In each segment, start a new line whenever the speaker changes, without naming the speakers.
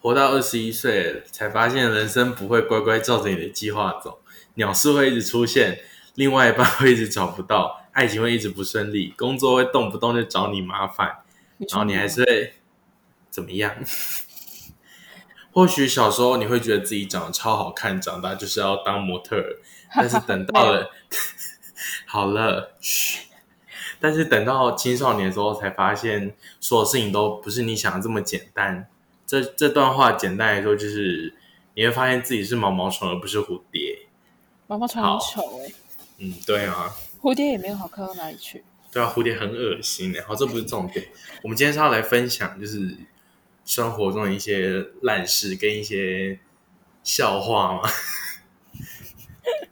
活到二十一岁才发现人生不会乖乖照着你的计划走，鸟事会一直出现，另外一半会一直找不到，爱情会一直不顺利，工作会动不动就找你麻烦，然后你还
哦
是会怎么样？或许小时候你会觉得自己长得超好看，长大就是要当模特儿，但是等到了 好了，嘘。但是等到青少年的时候，才发现所有事情都不是你想的这么简单。这这段话简单来说就是，你会发现自己是毛毛虫而不是蝴蝶。
毛毛虫
好
很丑哎、
嗯，对啊，
蝴蝶也没有好看到哪里去。
对啊，蝴蝶很恶心的。好，这不是重点。我们今天是要来分享，就是生活中的一些烂事跟一些笑话嘛。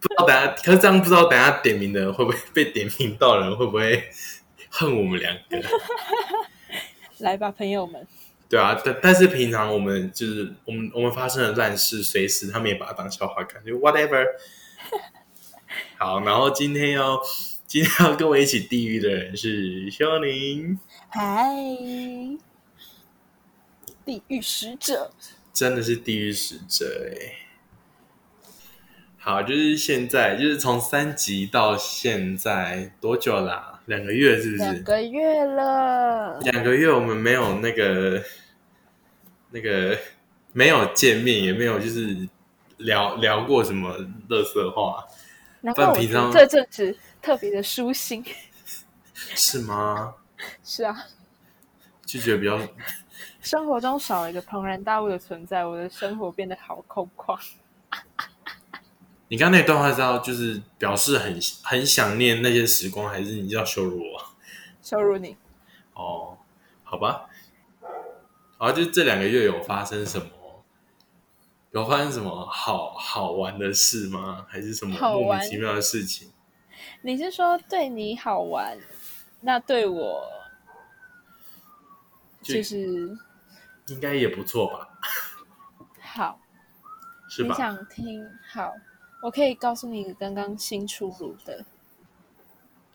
不知道大家，可是这样不知道等下点名的人会不会被点名到的人会不会恨我们两个？
来吧，朋友们，
对啊，但但是平常我们就是我们我们发生的烂事，随时他们也把它当笑话看，就 whatever。好，然后今天要今天要跟我一起地狱的人是修宁，
嗨，地狱使者，
真的是地狱使者哎。好，就是现在，就是从三级到现在多久啦、两个月是不
两
是？
个月了，
两个月我们没有那个那个没有见面，也没有就是聊聊过什么乐色话，
然后我
平
觉得
常
这阵子特别的舒心。
是吗？
是啊，
就觉得比较
生活中少了一个庞然大物的存在，我的生活变得好空旷。
你刚刚那段话是要就是表示很很想念那些时光，还是你要羞辱我？
羞辱你，
哦，好吧，好，就这两个月有发生什么？有发生什么好好玩的事吗？还是什么
好
莫
玩
名其妙的事情？
你是说对你好玩，那对我
就
就是
应该也不错吧，
好。
是
你
吧？
想听？好，我可以告诉你刚刚新出炉的。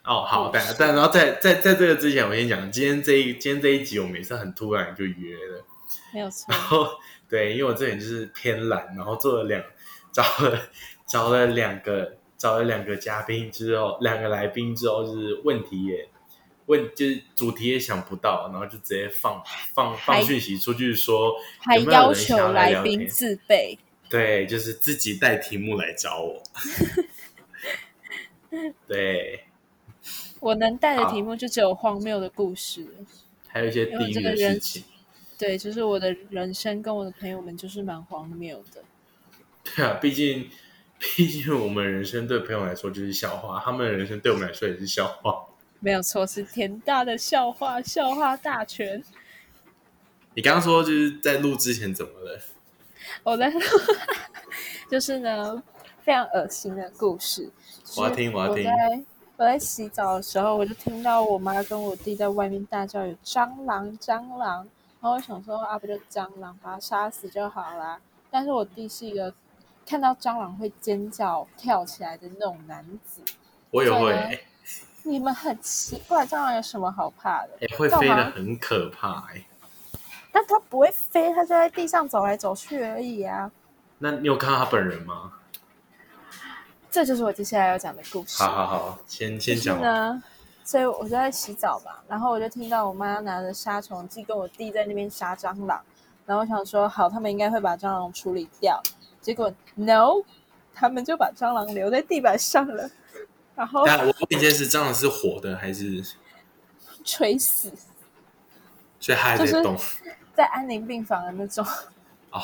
哦，好，
故
但
事
但然后在在在这个之前，我先讲，今天这一今天这一集我们也是很突然就约了，
没有错
然，后对，因为我这人就是偏懒，然后做了两找了找了两个找了两个嘉宾之后，两个来宾之后，就是问题也问就是主题也想不到，然后就直接放放放
还
讯息出去说，
还
有没有
要
人想
求
要来
来
聊
宾
天？
自备。
对，就是自己带题目来找 我，对，
我能带的
好
题目就只有荒谬的故事了。
还有一些
因为
地
这
域
个
的
人
事情。
对，就是我的人生跟我的朋友们就是蛮荒谬的。
对啊，毕竟毕竟我们人生对朋友来说就是笑话，他们的人生对我们来说也是笑话。
没有错，是田大的笑话，笑话大全。
你刚刚说就是在录之前怎么了？
我在 录，就是呢，非常恶心的故事。就是
我要听我要听
在我在洗澡的时候，我就听到我妈跟我弟在外面大叫有蟑螂，蟑螂。然后我想说啊，不就蟑螂，把它杀死就好啦。但是我弟是一个看到蟑螂会尖叫跳起来的那种男子。
我也会、欸
对啊你们很奇怪，蟑螂有什么好怕的？
哎会
干
飞
嘛
的很可怕哎、
但它不会飞，它就在地上走来走去而已啊。
那你有看到他本人吗？
这就是我接下来要讲的故事。
好好好，先先
就是啊
讲完。
呢，所以我就在洗澡嘛，然后我就听到我妈拿着杀虫剂跟我弟在那边杀蟑螂，然后我想说好，他们应该会把蟑螂处理掉，结果 no，他们就把蟑螂留在地板上了，然后
但我问一件事，蟑螂是活的还是？
垂死
所以它还
就
在
是
动、
在安宁病房的那种，
哦。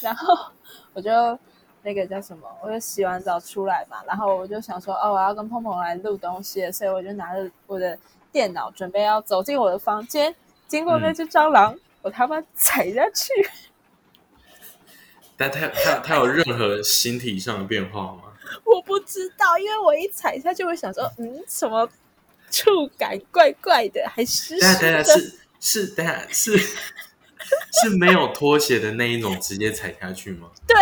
然后 我就。那个叫什么？我就洗完澡出来嘛，然后我就想说，哦，我要跟碰碰来录东西了，所以我就拿着我的电脑准备要走进我的房间，经过那
嗯
只蟑螂，我他妈踩下去，
但它它它有任何形体上的变化吗？
我不知道，因为我一踩下就会想说，嗯，什么触感怪怪的，还湿
等下
湿
等下
的。
是是等下是是没有拖鞋的那一种直接踩下去吗？
对，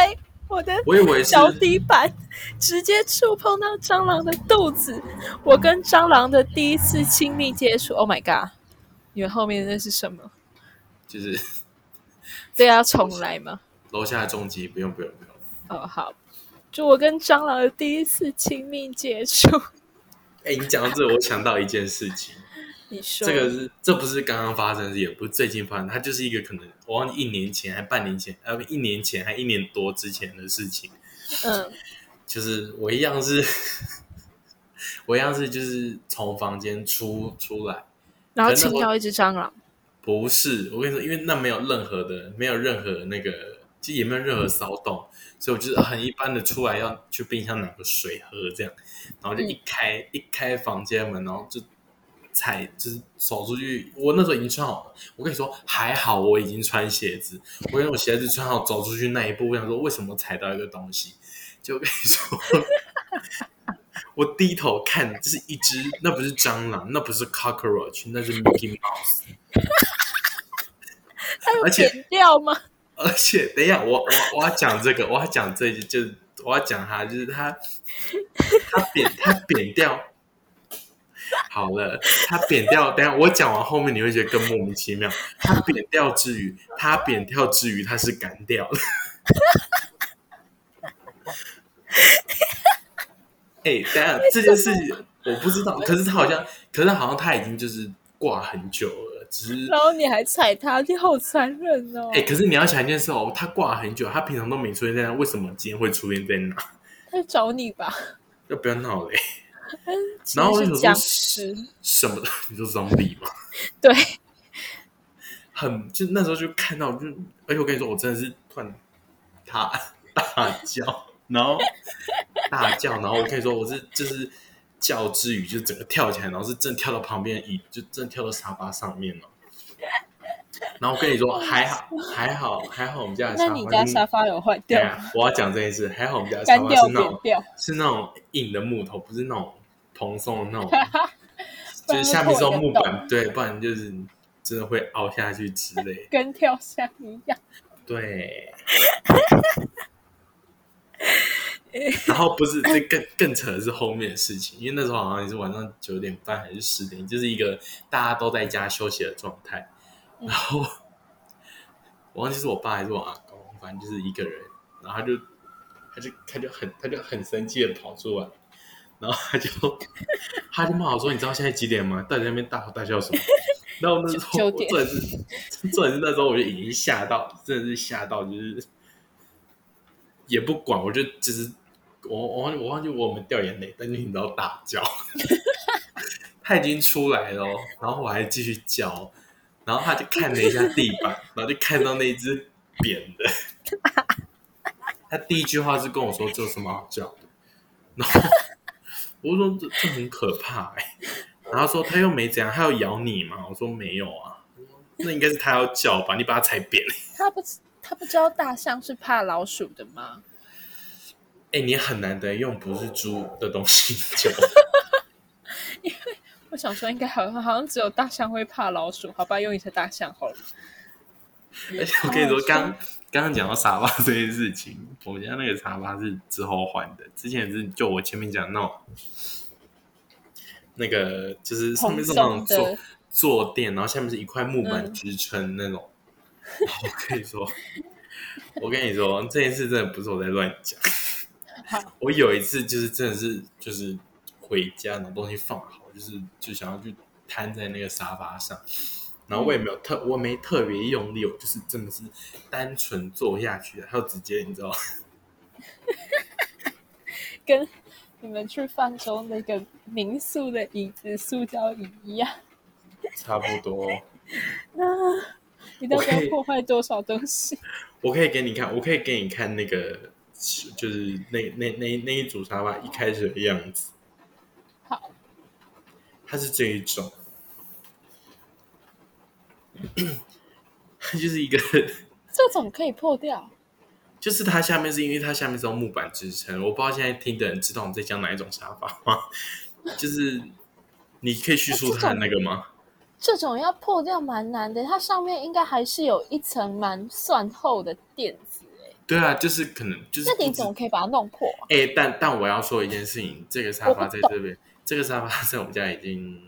我的
我以为是
脚底板直接触碰到蟑螂的肚子，我跟蟑螂的第一次亲密接触。Oh my god！你们后面那是什么？
就是
这要重来吗？
楼下的重击不用不用不用。
哦，好，就我跟蟑螂的第一次亲密接触。
哎、你讲到这，我想到一件事情，
你说
这个是这不是刚刚发生的事，也不是最近发生，它就是一个可能我忘记一年前还半年前，呃，一年前还一年多之前的事情。
嗯
就是我一样是， 我一样是就是从房间出出来，
然后
可能
亲
我
到一只蟑螂，
不是我跟你说，因为那没有任何的，没有任何那个，其实也没有任何骚动，所以我就是很一般的出来要去冰箱拿个水喝这样，然后就一开、一开房间门，然后就踩就是走出去，我那时候已经穿好了，我跟你说还好我已经穿鞋子，我因为我鞋子穿好走出去那一步，我想说为什么踩到一个东西，就跟你说。 我低头看，这是一只，那不是蟑螂，那不是 cockroach，那是 Mickey Mouse。
它有
而且
扁掉吗？
而且，等一下，我我我要讲这个，我要讲这一句，就是我要讲他，就是他，他扁他扁掉，好了，他扁掉。等一下我讲完后面，你会觉得更莫名其妙。他扁掉之余，他扁掉之余，他是干掉的。哎、等一下这件事情我不知道，可是他好像，可是好像他已经就是挂很久了，只是
然后你还踩它，你好残忍哦！
哎、可是你要想一件事哦，他挂很久，他平常都没出现在那，为什么今天会出现在那？
它找你吧，
就 不要闹嘞、
其
然后
实
我
是
就想
僵
说
尸。
什么？ 你说 zombie 吗？
对，
很就那时候就看到，就而且我跟你说，我真的是突然大大叫，然后大叫，然后我跟你说，我是就是叫之余就整个跳起来，然后是正跳到旁边的椅，就正跳到沙发上面了。然后我跟你 说，还好，还好，还好，我们家的沙
那
发
你家
是
沙发有坏
对
掉吗？
啊，我要讲这件事。还好我们家的沙
干
发
掉
是那
扁
种
掉，
是那种硬的木头，不是那种蓬松的那种，
不
就是
然会
下面是
破
用
一个
木
洞
板，对，不然就是真的会凹下去之类。
跟跳箱一样。
对。然后不是，这更更扯的是后面的事情，因为那时候好像也是晚上九点半还是十点，就是一个大家都在家休息的状态。然后我忘记是我爸还是我阿公，反正就是一个人，然后他就他就他就很他就很生气的跑出来，然后他就他就骂我说：“你知道现在几点吗？到底在那边大吼大叫什么？” 然后那时候
九
我
九点
真的是，真的是那时候我就已经吓到，真的是吓到，就是也不管，我就只是我我忘记我忘记我们掉眼泪，但是你知道大叫， 他已经出来了哦，然后我还继续叫，哦然后他就看了一下地板，然后就看到那一只扁的。他第一句话是跟我说：“这有什么好叫的？”然后我说：“这这很可怕、欸。”然后他说：“他又没怎样，他要咬你嘛？”我说：“没有啊。”那应该是他要叫吧？你把他踩扁。
他不他不知道大象是怕老鼠的吗？
哎、你很难得用不是猪的东西叫。
我想说，应该好像好像只有大象会怕老鼠，好吧，用一下大象好了。
而且 我跟你说，刚刚刚讲到沙发这件事情， 我们家那个沙发是之后换的，之前是就我前面讲那种，那个就是上面是那种
蓬松的
坐坐垫，然后下面是一块木板
嗯
支撑那种。然后我跟你说， 我跟你说这件事真的不是我在乱讲
好。
我有一次就是真的是就是回家，然后东西放好，就是就想要去瘫在那个沙发上，然后我也
嗯
没有特我没特别用力，我就是真的是单纯坐下去，然后直接你知道，
跟你们去泛舟那个民宿的椅子、塑胶椅一样，
差不多。
你到底
我可以
要破坏多少东西？
我可以给你看，我可以给你看那个，就是那那那那一组沙发一开始的样子。
好，
它是这一种，它就是一个，
这种可以破掉，
就是它下面是因为它下面是用木板支撑，我不知道现在听的人知道我们在讲哪一种沙发吗？就是你可以叙述它的那个吗？
这种要破掉蛮难的，它上面应该还是有一层蛮算厚的垫子。
对啊，就是可能就是
那你
不知
怎么可以把它弄破啊、
哎、但但我要说一件事情，这个沙发在这边，这个沙发在我们家已经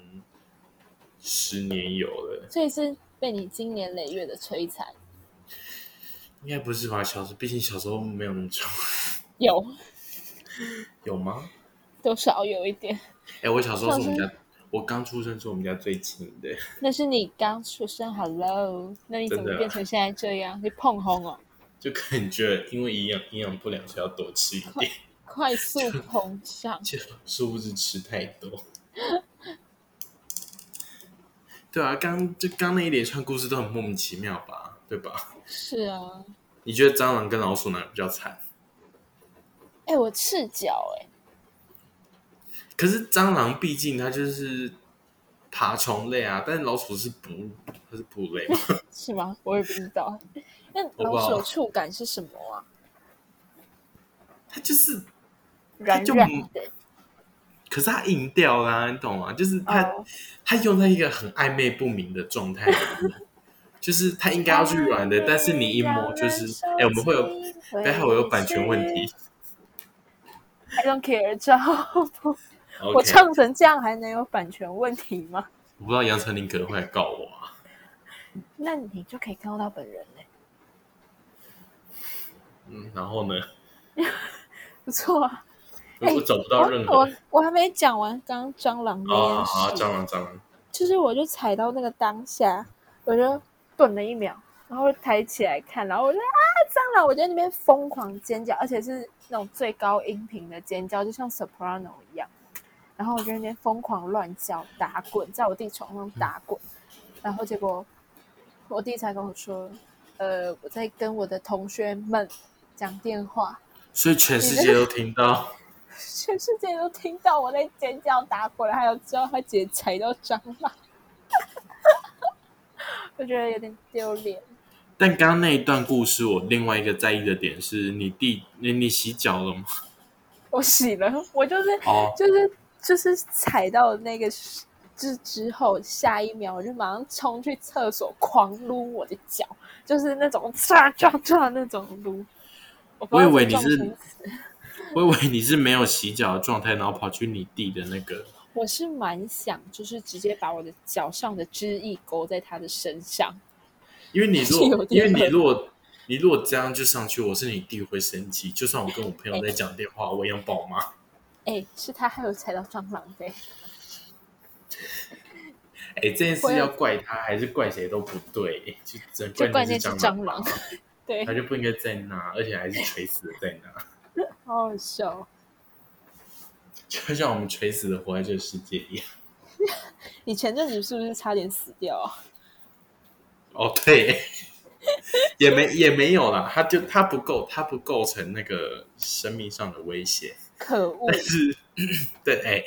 十年有了。
所以是被你经年累月的摧残。
应该不是吧？小时候，毕竟小时候没有那么重，
有
有吗？
多少有一点。
哎、我小时候是我们
小
家，我刚出生是我们家最轻的，
那是你刚出生，Hello，那你怎
真
么
的啊
变成现在这样？你碰红哦，
就感觉因为营养营养不良，所以要多吃一点，
快速膨胀。
就殊不知吃太多。对啊，刚就刚那一连串故事都很莫名其妙吧，对吧？
是啊，
你觉得蟑螂跟老鼠哪个比较惨？
哎、我赤脚哎、
可是蟑螂毕竟它就是爬虫类啊，但是老鼠是哺它是哺乳类嘛，
是吗？我也不知道。那
不
老鼠
好
的触感是什么啊？
它就是
软
就
软
不
的
可是它硬掉啦、你懂吗？就是它、
哦，
它用在一个很暧昧不明的状态里 面，就是它应该要去软的，但是你一摸就是，哎、我们会有，
有
待会我有版权问。题。
I don't care，之后
OK，
我唱成这样还能有版权问题吗？
我不知道杨丞琳可能会来告我啊。
那你就可以看到他本人嘞、
嗯，然后呢，
不错啊。
我
哎
我找不
我
到任何
我我还没讲完刚刚蟑螂
啊
那
啊
件事，
蟑螂蟑螂，
就是我就踩到那个当下，我就顿了一秒，然后抬起来看，然后我就啊蟑螂，我就在那边疯狂尖叫，而且是那种最高音频的尖叫，就像 soprano 一样。然后我就在那边疯狂乱叫、打滚，在我弟床上打滚，然后结果我弟才跟我说，呃，我在跟我的同学们讲电话，
所以全世界都听到。
全世界都听到我在尖叫打滚，还有知道他姐踩到蟑螂， 我觉得有点丢脸。
但刚刚那一段故事，我另外一个在意的点是你弟，你你洗脚了吗？
我洗了，我就是
哦，
就是就是踩到那个之之后，下一秒我就马上冲去厕所狂撸我的脚，就是那种抓抓抓那种撸。我不知道
我以为你
撞
是
什么词
我以为你是没有洗脚的状态，然后跑去你弟的那个。
我是蛮想就是直接把我的脚上的汁液勾在他的身上。
因为你如
有
果，因
点
为你如果，你如果这样就上去，我是你弟会生气。就算我跟我朋友在讲电话，我一样爆骂。
哎、是他还有踩到蟑螂的、
哎、这件事要怪他还是怪谁都不对，哎就只
就
能
关
怪
键
那
是
只
蟑
蟑
螂
螂，，
对，
他就不应该在那，而且还是垂死的在那，
好好笑。哦
就像我们垂死的活在这个世界一样。
你前阵子是不是差点死掉啊？
哦，对，也没也没有啦，他就他不构他不构成那个生命上的威胁。
可恶！
但是 对，哎、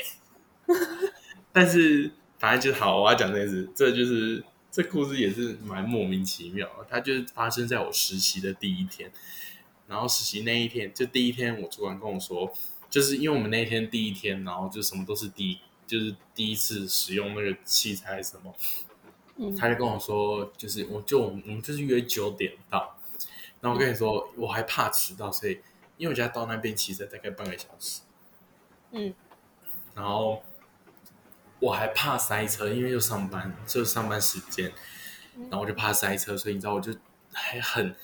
但是反正就是好，我要讲这件事，这就是这故事也是蛮莫名其妙的，它就是发生在我实习的第一天，然后实习那一天，就第一天，我主管跟我说，就是因为我们那一天第一天，然后就什么都是第一，就是第一次使用那个器材什么，
嗯
他就跟我说，就是我就我们我们就是约九点到，然后我跟你说，我还怕迟到，所以因为我家到那边骑车大概半个小时，
嗯，
然后我还怕塞车，因为又上班，就是上班时间，然后我就怕塞车，所以你知道，我就 还很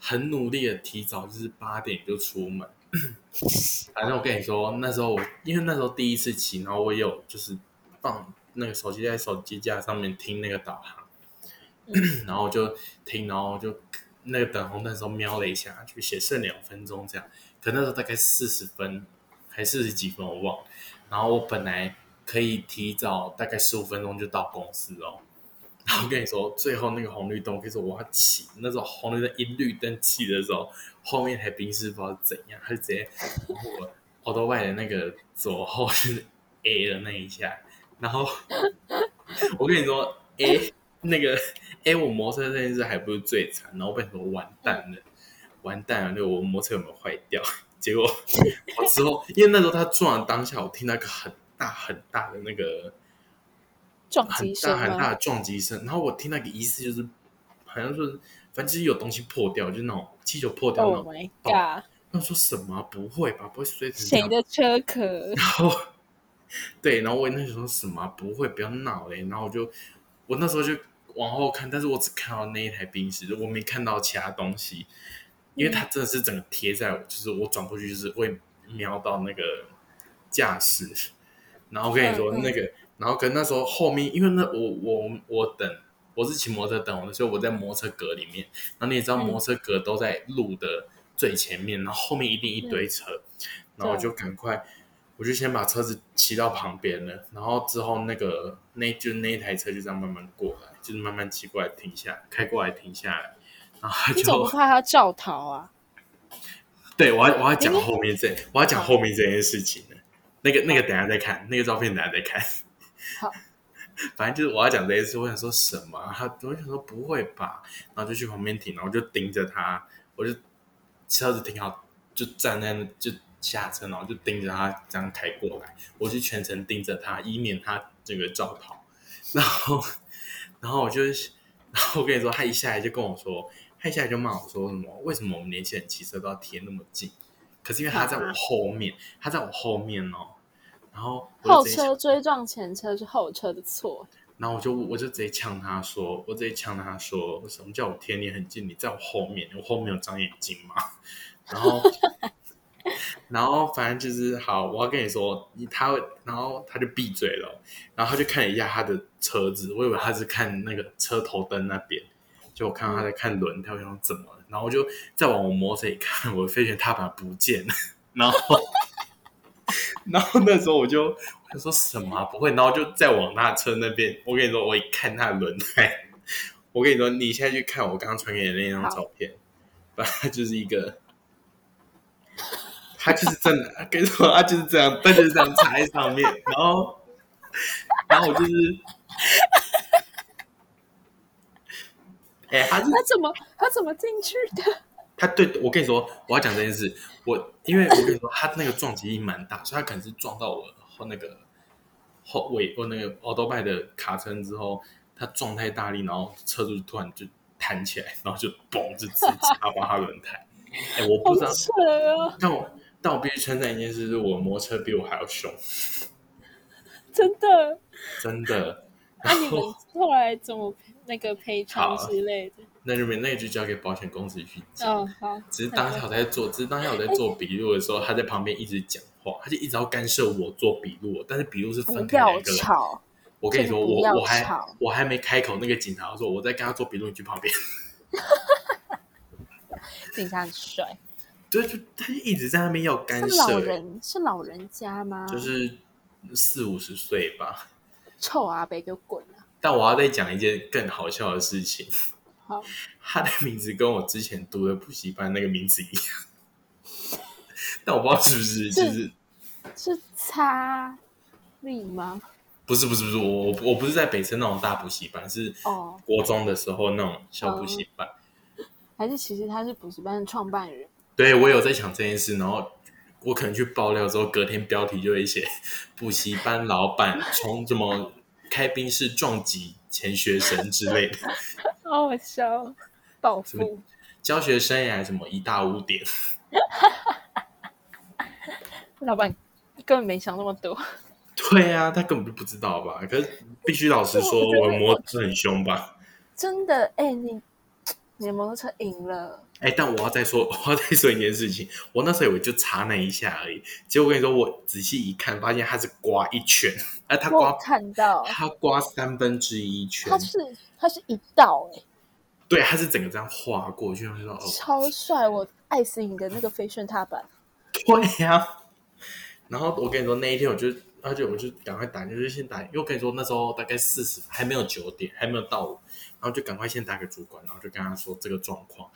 很努力的提早，就是八点就出门。反正我跟你说，那时候我因为那时候第一次骑，然后我也有就是放那个手机在手机架上面听那个导航， 然后我就听，然后我就那个等红灯的时候瞄了一下，就写剩两分钟这样。可那时候大概四十分还四十几分，我忘了。然后我本来可以提早大概十五分钟就到公司哦。然后我跟你说，最后那个红绿灯，我跟你说我要骑，那时候红绿灯一绿灯骑的时候，后面台宾士不知道怎样，他就直接往我奥多外的那个左后就是 A 了那一下，然后 我跟你说 A 那个 A 我摩托车这件事还不是最惨，然后被说完蛋了，完蛋了，那个我摩托车有没有坏掉？结果我之后，因为那时候他撞的当下，我听到一个很大很大的那个
撞
很
击声
大很大
吗？
的撞击声，然后我听那个疑似就是好像说，反正就是有东西破掉，就是那种气球破掉那
Oh
种。
my
爆
god！
那我说什么啊、不会吧？不会摔成这
谁
样
的车壳？
然后对，然后我那时候什么啊不会，不要闹嘞。然后我就我那时候就往后看，但是我只看到那一台冰室，我没看到其他东西，因为
嗯
它真的是整个贴在我，就是我转过去就是会瞄到那个驾驶，然后我跟你说
嗯嗯
那个，然后跟那时候后面，因为那我我我等我是骑摩托车等我的，所以我在摩托车格里面，然后你也知道
嗯
摩托车格都在路的最前面，然后后面一定一堆车，然后我就赶快，我就先把车子骑到旁边了，然后之后那个那就那一台车就这样慢慢过来，就是慢慢骑过来停下来，开过来停下来，然后他
你怎么不
就
怕他照逃啊？
对我要我要讲
诶
后面这我要讲后面这件事情呢，那个那个等一下再看，那个照片等一下再看。
好，
反正就是我要讲这件事，我想说什么啊？他我想说不会吧，然后就去旁边停，然后就盯着他，我就车子停好，就站在那就下车，然后就盯着他这样开过来，我就全程盯着他，以免他这个照跑。然后，然后我就，然后我跟你说，他一下来就跟我说，他一下来就骂我说什么？为什么我们年轻人骑车都要贴那么近？可是因为他在我后面，他在我后面哦，然后我就
后
直接想
车追撞前车是后车的错，
然后我就我就直接呛他说，我直接呛他说，什么叫我贴你很近？你在我后面，我后面有长眼睛吗？然后，然后反正就是好，我要跟你说，你他然后他就闭嘴了，然后他就看了一下他的车子，我以为他是看那个车头灯那边，就我看到他在看轮胎，我想说怎么了？然后我就再往我摩托车一看，我的飞行踏板不见了，然后。 然后那时候我就我就说什么啊、不会，然后就再往他的车那边，我跟你说，我一看他的轮胎，我跟你说，你现在去看我刚刚传给你的那张照片，反正他就是一个，他就是真的，跟你说他就是这样，他就是这样插在上面，然后然后我就是， 哎、他是
他怎么他怎么进去的？
他对我跟你说，我要讲这件事，我因为我跟你说，他那个撞击力蛮大，所以他可能是撞到我后那个后尾我那个 a u t o b i 的卡车之后，他撞太大力，然后车子突然就弹起来，然后就嘣就直接插爆他轮胎。哎、我
好
不知道，
扯哦，
但我但我必须称赞一件事，就是我摩托车比我还要凶，
真 的。
真的。
那、你们后来怎么那个赔偿
好啊
之类的？
那就没，那就交给保险公司去解。
嗯，好。
只是当下我在做，只是当下我在
哎
做笔录的时候，他在旁边一直讲话，他就一直要干涉我做笔录，哦但是笔录是
不
分开
要
两个人。
吵，
我跟你说，
真的
我
不要
我还
吵
我还没开口，那个警察说我在跟他做笔录，你去旁边。
警察很帅。
对，就他就一直在那边要干
是
涉、欸
老人啊是老人家吗？
就是四五十岁吧。
臭阿北给我滚啊！
但我要再讲一件更好笑的事情，
好，
他的名字跟我之前读的补习班那个名字一样，但我不知道是不是就是
是擦力吗？
不是不是不是，我我我不是在北车那种大补习班，是
哦
国中的时候那种小补习班。
还是其实他是补习班的创办人？
对我有在想这件事，然后我可能去爆料之后，隔天标题就会写补习班老板从什么开宾室撞击前学生之类的，
哦，我笑，暴
什么
富。
教学生涯什么一大污点。
老板根本没想那么多。
对啊，他根本就不知道吧？可是必须老实说，
我觉
我
得
摩托车很凶吧？
真的，哎、你你的摩托车赢了，
哎、但我要再说，我要再说一件事情。我那时候以为就擦那一下而已，结果我跟你说，我仔细一看，发现它是刮一圈，哎、它
我
刮
有看到，
它刮三分之一圈
它，是它是一道、哎，
对，它是整个这样划过去。我就说，哦，
超帅，我爱死你的那个飞旋踏板，
对呀、然后我跟你说，那一天我就，而且我就赶快打，就是先打，因为我跟你说那时候大概四十，还没有九点，还没有到我，然后就赶快先打给主管，然后就跟他说这个状况，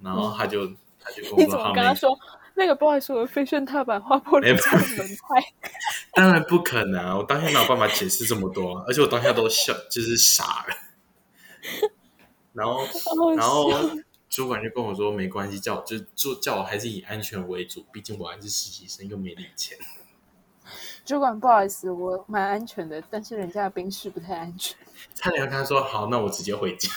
然后他就、他就跟我
嗯你
说
怎么
他哎
跟他
没
说？那个不好意思，我的飞旋踏板划破了
没有
车的轮胎。
当然不可能、啊，我当下哪有办法解释这么多、啊？而且我当下都笑，就是傻了。然后，然后主管就跟我说没关系，叫我就就叫我还是以安全为主，毕竟我还是实习生，又没领钱。
主管，不好意思，我蛮安全的，但是人家的冰室不太安全。
差点要跟他说好，那我直接回家。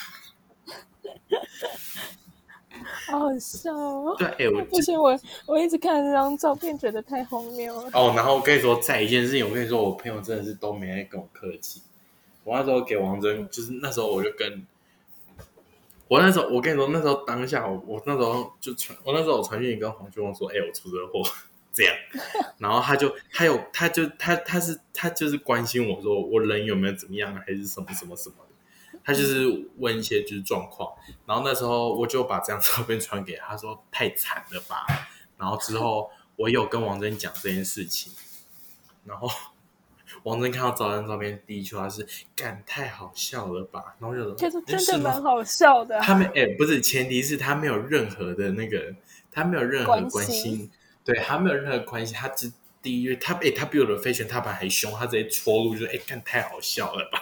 好好笑哦！
对，哎、我
不行，我我一直看这张照片，觉得太荒谬了。
哦，然后我跟你说，再一件事情，我跟你说，我朋友真的是都没在跟我客气。我那时候给王真，就是那时候我就跟，我那时候我跟你说，那时候当下我我那时候就传，我那时候我传讯息跟黄旭旺说，哎、我出车祸，这样，然后他就他有他就他他是他就是关心我说我人有没有怎么样，还是什么什么什么的，他就是问一些就是状况，然后那时候我就把这张照片传给他，他说太惨了吧，然后之后我有跟王真讲这件事情，然后。 王真看到照张照片，第一句话是“干太好笑了吧”，然后就
其实真
是
的
吗
蛮好笑的啊、
他们哎、不是，前提是他没有任何的那个，他没有任何
关
关
心
心，对他没有任何关心，他只第一他哎、他比我的飞旋踏板还凶，他直接戳入就是哎，干、太好笑了吧？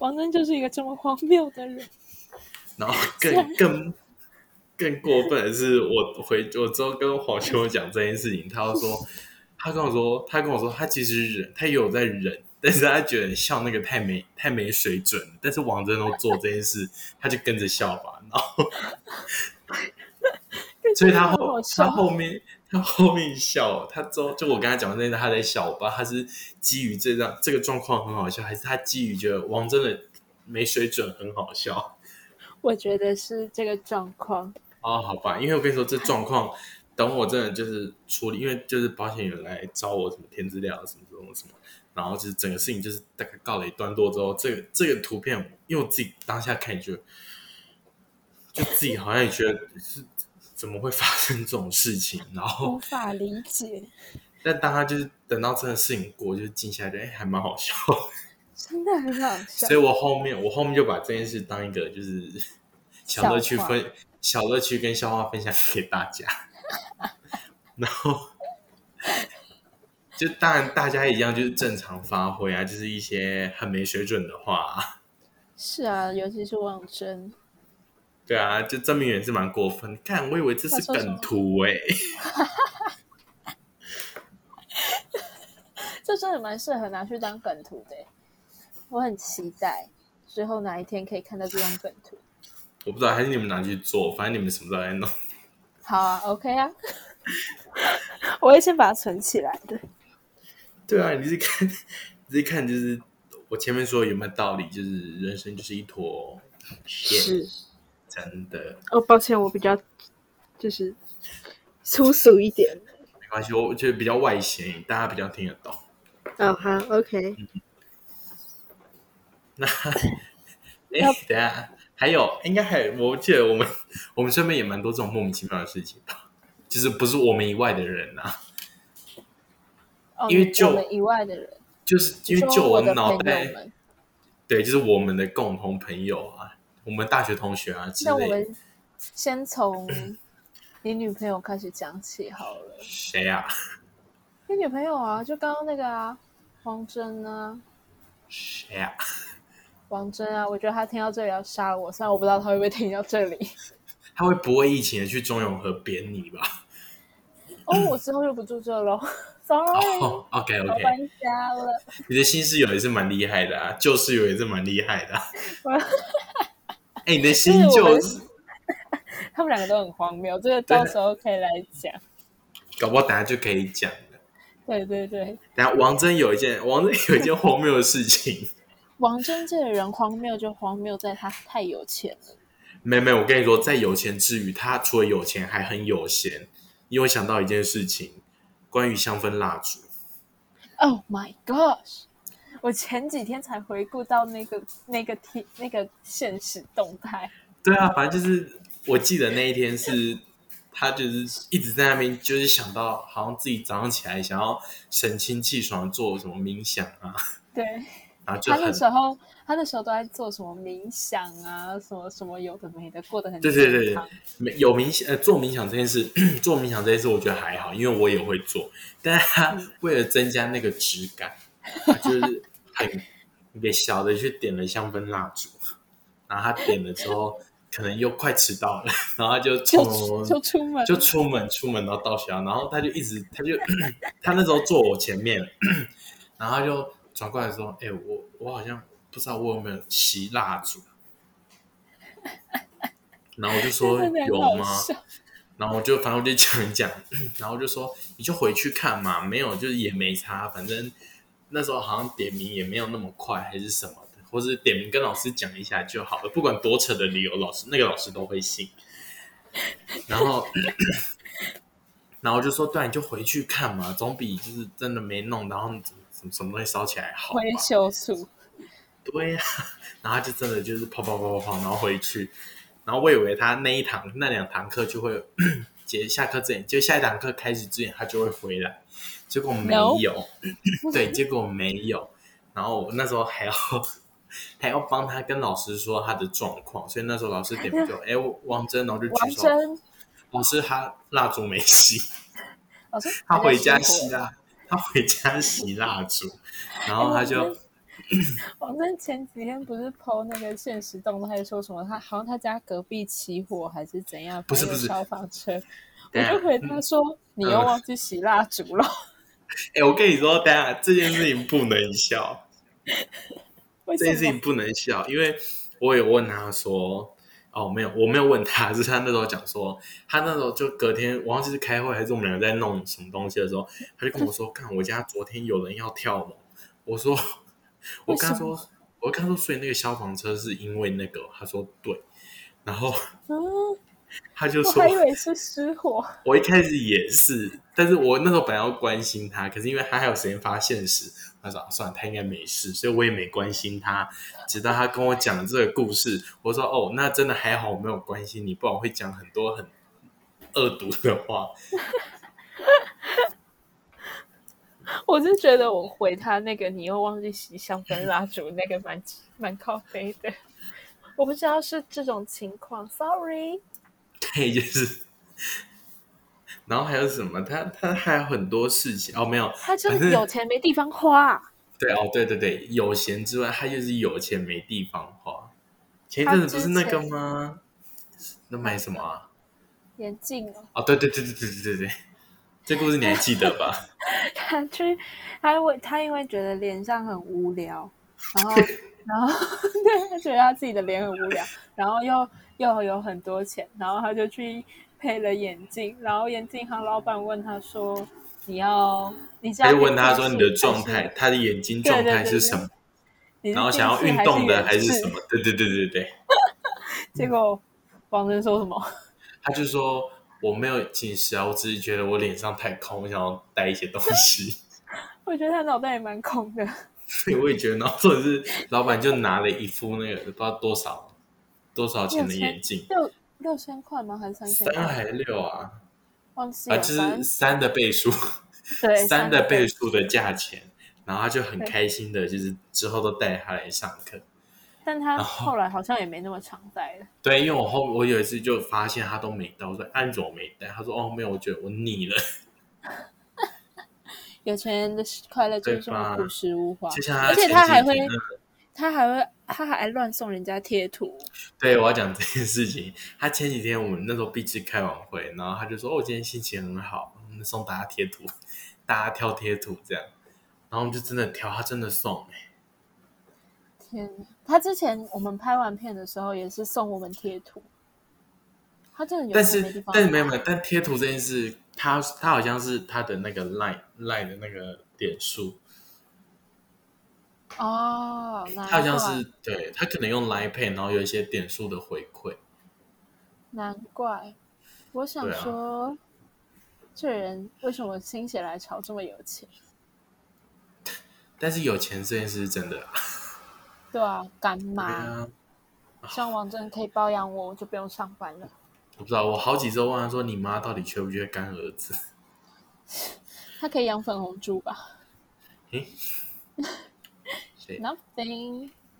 王真就是一个这么荒谬的人。
然后
啊
更更更过分的是，我回我之后跟黄秋讲这件事情，他就说，他跟我说，他跟我说，他其实忍，他也有在忍。但是他觉得笑那个太没太没水准了，但是王真都做这件事，他就跟着笑吧。然 后所以他
真的很
后
好笑
他后面他后面笑，他之后就我跟他讲那个他在笑，我不知道他是基于这张这个状况很好笑，还是他基于觉得王真的没水准很好笑
我觉得是这个状况，
啊？好吧，因为我跟你说这状况，等我真的就是处理，因为就是保险员来找我什么填资料啊什么什么什么，然后就是整个事情就是大概告了一段落之后，这个这个图片，因为我自己当下看就就自己好像也觉得是怎么会发生这种事情，然后
无法理解，
但当他就是等到真的事情过，就是静下来，就哎、还蛮好笑。
真的很好笑
所以。我后面我后面就把这件事当一个就是 小乐趣
笑话
分小乐趣跟笑话分享给大家， 然后就当然大家一样就是正常发挥啊，就是一些很没水准的话、啊，
是啊，尤其是王真，
对啊，就郑明远是蛮过分。看，我以为这
他
是
说什么
梗图哎、
这真的蛮适合拿去当梗图的耶。我很期待之后哪一天可以看到这张梗图。
我不知道还是你们拿去做，反正你们什么时候来弄。
好啊，OK 啊， 我会先把它存起来的。
对啊，你是看，你是看，就是我前面说有没有道理？就是人生就是一坨线，真的
哦，抱歉，我比较就是粗俗一点。
没关系。我觉得比较外显，大家比较听得懂。
嗯、好，OK。
那哎
要，
等一下还有，应该还有，我记得我们我们身边也蛮多这种莫名其妙的事情吧， 就是不是我们以外的人啊，
哦
因为就
我们以外的人，
就是因为
你
就
说我的朋
脑
友
袋，
们，
对，就是我们的共同朋友啊，我们大学同学啊之
那我
类的。
们先从你女朋友开始讲起好了。
谁啊？
你女朋友啊，就刚刚那个啊，王真啊，
谁啊？
王真啊，我觉得她听到这里要杀我，虽然我不知道她会不会听到这里。
他会不会疫情的去中永和扁你吧？
哦，我之后就不住这 喽，sorry，
哦，OK
我
OK，
搬家了。
你的新室友也是蛮厉害的啊，旧室友也是蛮厉害的、啊
我。
哎、你的新
就是我
旧
们，他们两个都很荒谬，这个到时候可以来讲。
搞不好等下就可以讲了。
对对对，
等下王真有一件，王真有一件荒谬的事情。
王真这个人荒谬就荒谬在他太有钱了。
妹妹，我跟你说，在有钱之余，他除了有钱还很有闲。因为我想到一件事情，关于香氛蜡烛。
Oh my gosh！我前几天才回顾到那个那个题那个现实动态，
对啊，反正就是我记得那一天是，他就是一直在那边，就是想到好像自己早上起来想要神清气爽做什么冥想啊，
对
然后就
他
很
那时候他那时候都在做什么冥想啊，什么什么有的没的，过得很
对对
健
对
康，
没有冥想呃做冥想这件事， 做冥想这件事我觉得还好，因为我也会做，但是他为了增加那个质感，他就是很给小的去点了香氛蜡烛，然后他点了之后，可能又快迟到了，然后他就冲
就就出门
就出门，出门然后到学校，然后他就一直，他就 他那时候坐我前面，然后他就转过来说：“哎、我我好像不知道我有没有吸蜡烛。”然后我就说：“
真的很
有
好
吗？”
笑。
然后我就反正我就讲一讲， 然后我就说你就回去看嘛，没有就是也没差，反正那时候好像点名也没有那么快还是什么的，或是点名跟老师讲一下就好了，不管多扯的理由，老师那个老师都会信。然后，然后就说，对啊，你就回去看嘛，总比就是真的没弄，然后什么什么什么东西烧起来好吧。
灰球鼠，
对呀、 然后他就真的就是跑跑跑跑跑，然后回去，然后我以为他那一堂那两堂课就会 结下课之前，就下一堂课开始之前他就会回来，结果没
No
有， 对，结果没有，然后我那时候还要 还要帮他跟老师说他的状况，所以那时候老师点名就 哎王真，然后就
王
举手，
真
老师他蜡烛没熄，
老师，
他回家熄蜡， 他回家熄蜡烛，然后他
哎
就。
王真哦前几天不是 PO 那个现实动态，说什么他好像他家隔壁起火还是怎样，
不是
反正有
不是
消防车。我
等一下嗯
就回他说：“你又忘记洗蜡 烛了。
哎、我跟你说，等一下这件事情不能笑，
为
这件事
什么
情不能笑，因为我有问他说，哦，没有，我没有问他， 是他那时候讲说，他那时候就隔天，我忘记是开会还是我们两个在弄什么东西的时候，他就跟我 说，看我家昨天有人要跳楼，我说，我跟他
为
说，我跟他说，所以那个消防车是因为那个，他说对，然后
嗯，
他就
我
说
还以，为是失火。
我一开始也是，但是我那时候本来要关心他，可是因为他还有时间发现实，他说、啊、算了，他应该没事，所以我也没关心他。直到他跟我讲这个故事，我说哦，那真的还好我没有关心你，不然我会讲很多很恶毒的话。
我是觉得我回他那个你又忘记洗香氛蜡烛那个蛮蛮靠背的，我不知道是这种情况，sorry。
对，就是，然后还有什么？他他还有很多事情哦，没有，
他就
反正
是有钱没地方花，啊
对哦，对对对，有闲之外，他就是有钱没地方花。前一
他
阵子不
之
是那个
前
吗？那买什么啊？
眼镜哦。
哦，对对对对对对对对，这故事你还记得 吧？
他去，他为他因为觉得脸上很无聊，然后然后对他觉得他自己的脸很无聊，然后又又有很多钱，然后他就去配了眼镜，然后眼镜行老板问他说：“你要你是要
他就问
运
他
动
说
系
你的
还
状
是
态，他的眼睛状态是什么？
你是
然后
近
想要
视
运
还
动的
远
还是
视
什？么？对对对对对，
结果王真说什么？
他就说我没有近视啊，我只是觉得我脸上太空，我想要带一些东西。
我觉得他脑袋也蛮空的，
所以我也觉得，然后或者是老板就拿了一副那个不知道多少多少钱的眼镜，
六六千块吗？还是三千
三
块？
还六啊
忘记
啊，
了，
就
反
是
正
三的倍数。
对
三的倍
数。
数的价钱，然后他就很
对
开心的，就是之后都带他来上课。
但他
然后
后来好像也没那么常戴了。
对，因为我后我有一次就发现他都没带，我说啊你怎么没带？他说哦没有，我觉得我腻了。
有钱人的快乐就是这么
对吧
朴实无华，
就像
而且
前
他还
几
会
天，，
他还会，他还乱送人家贴图。
对我要讲这件事情，他前几天我们那时候毕志开完会，然后他就说哦我今天心情很好，我们送大家贴图， 大家挑贴图这样，然后我们就真的挑，他真的送、欸，
天哪，他之前我们拍完片的时候也是送我们贴图，他真的有
但
钱没
是
地方
但是
花
没有没有，但贴图这件事，他他好像是他的那个 line line 的那个点数。
哦，难
他好像
怪
是对他可能用 Line Pay，然后有一些点数的回馈。
难怪，我想
对啊
说，这人为什么心血来潮这么有钱？
但是有钱这件事是真的啊，
对啊，干
对
嘛？
啊，
像王真可以包养我，我就不用上班了。
我不知道，我好几周问他说你妈到底缺不缺干儿子？
他可以养粉红猪吧
诶谁
？Nothing。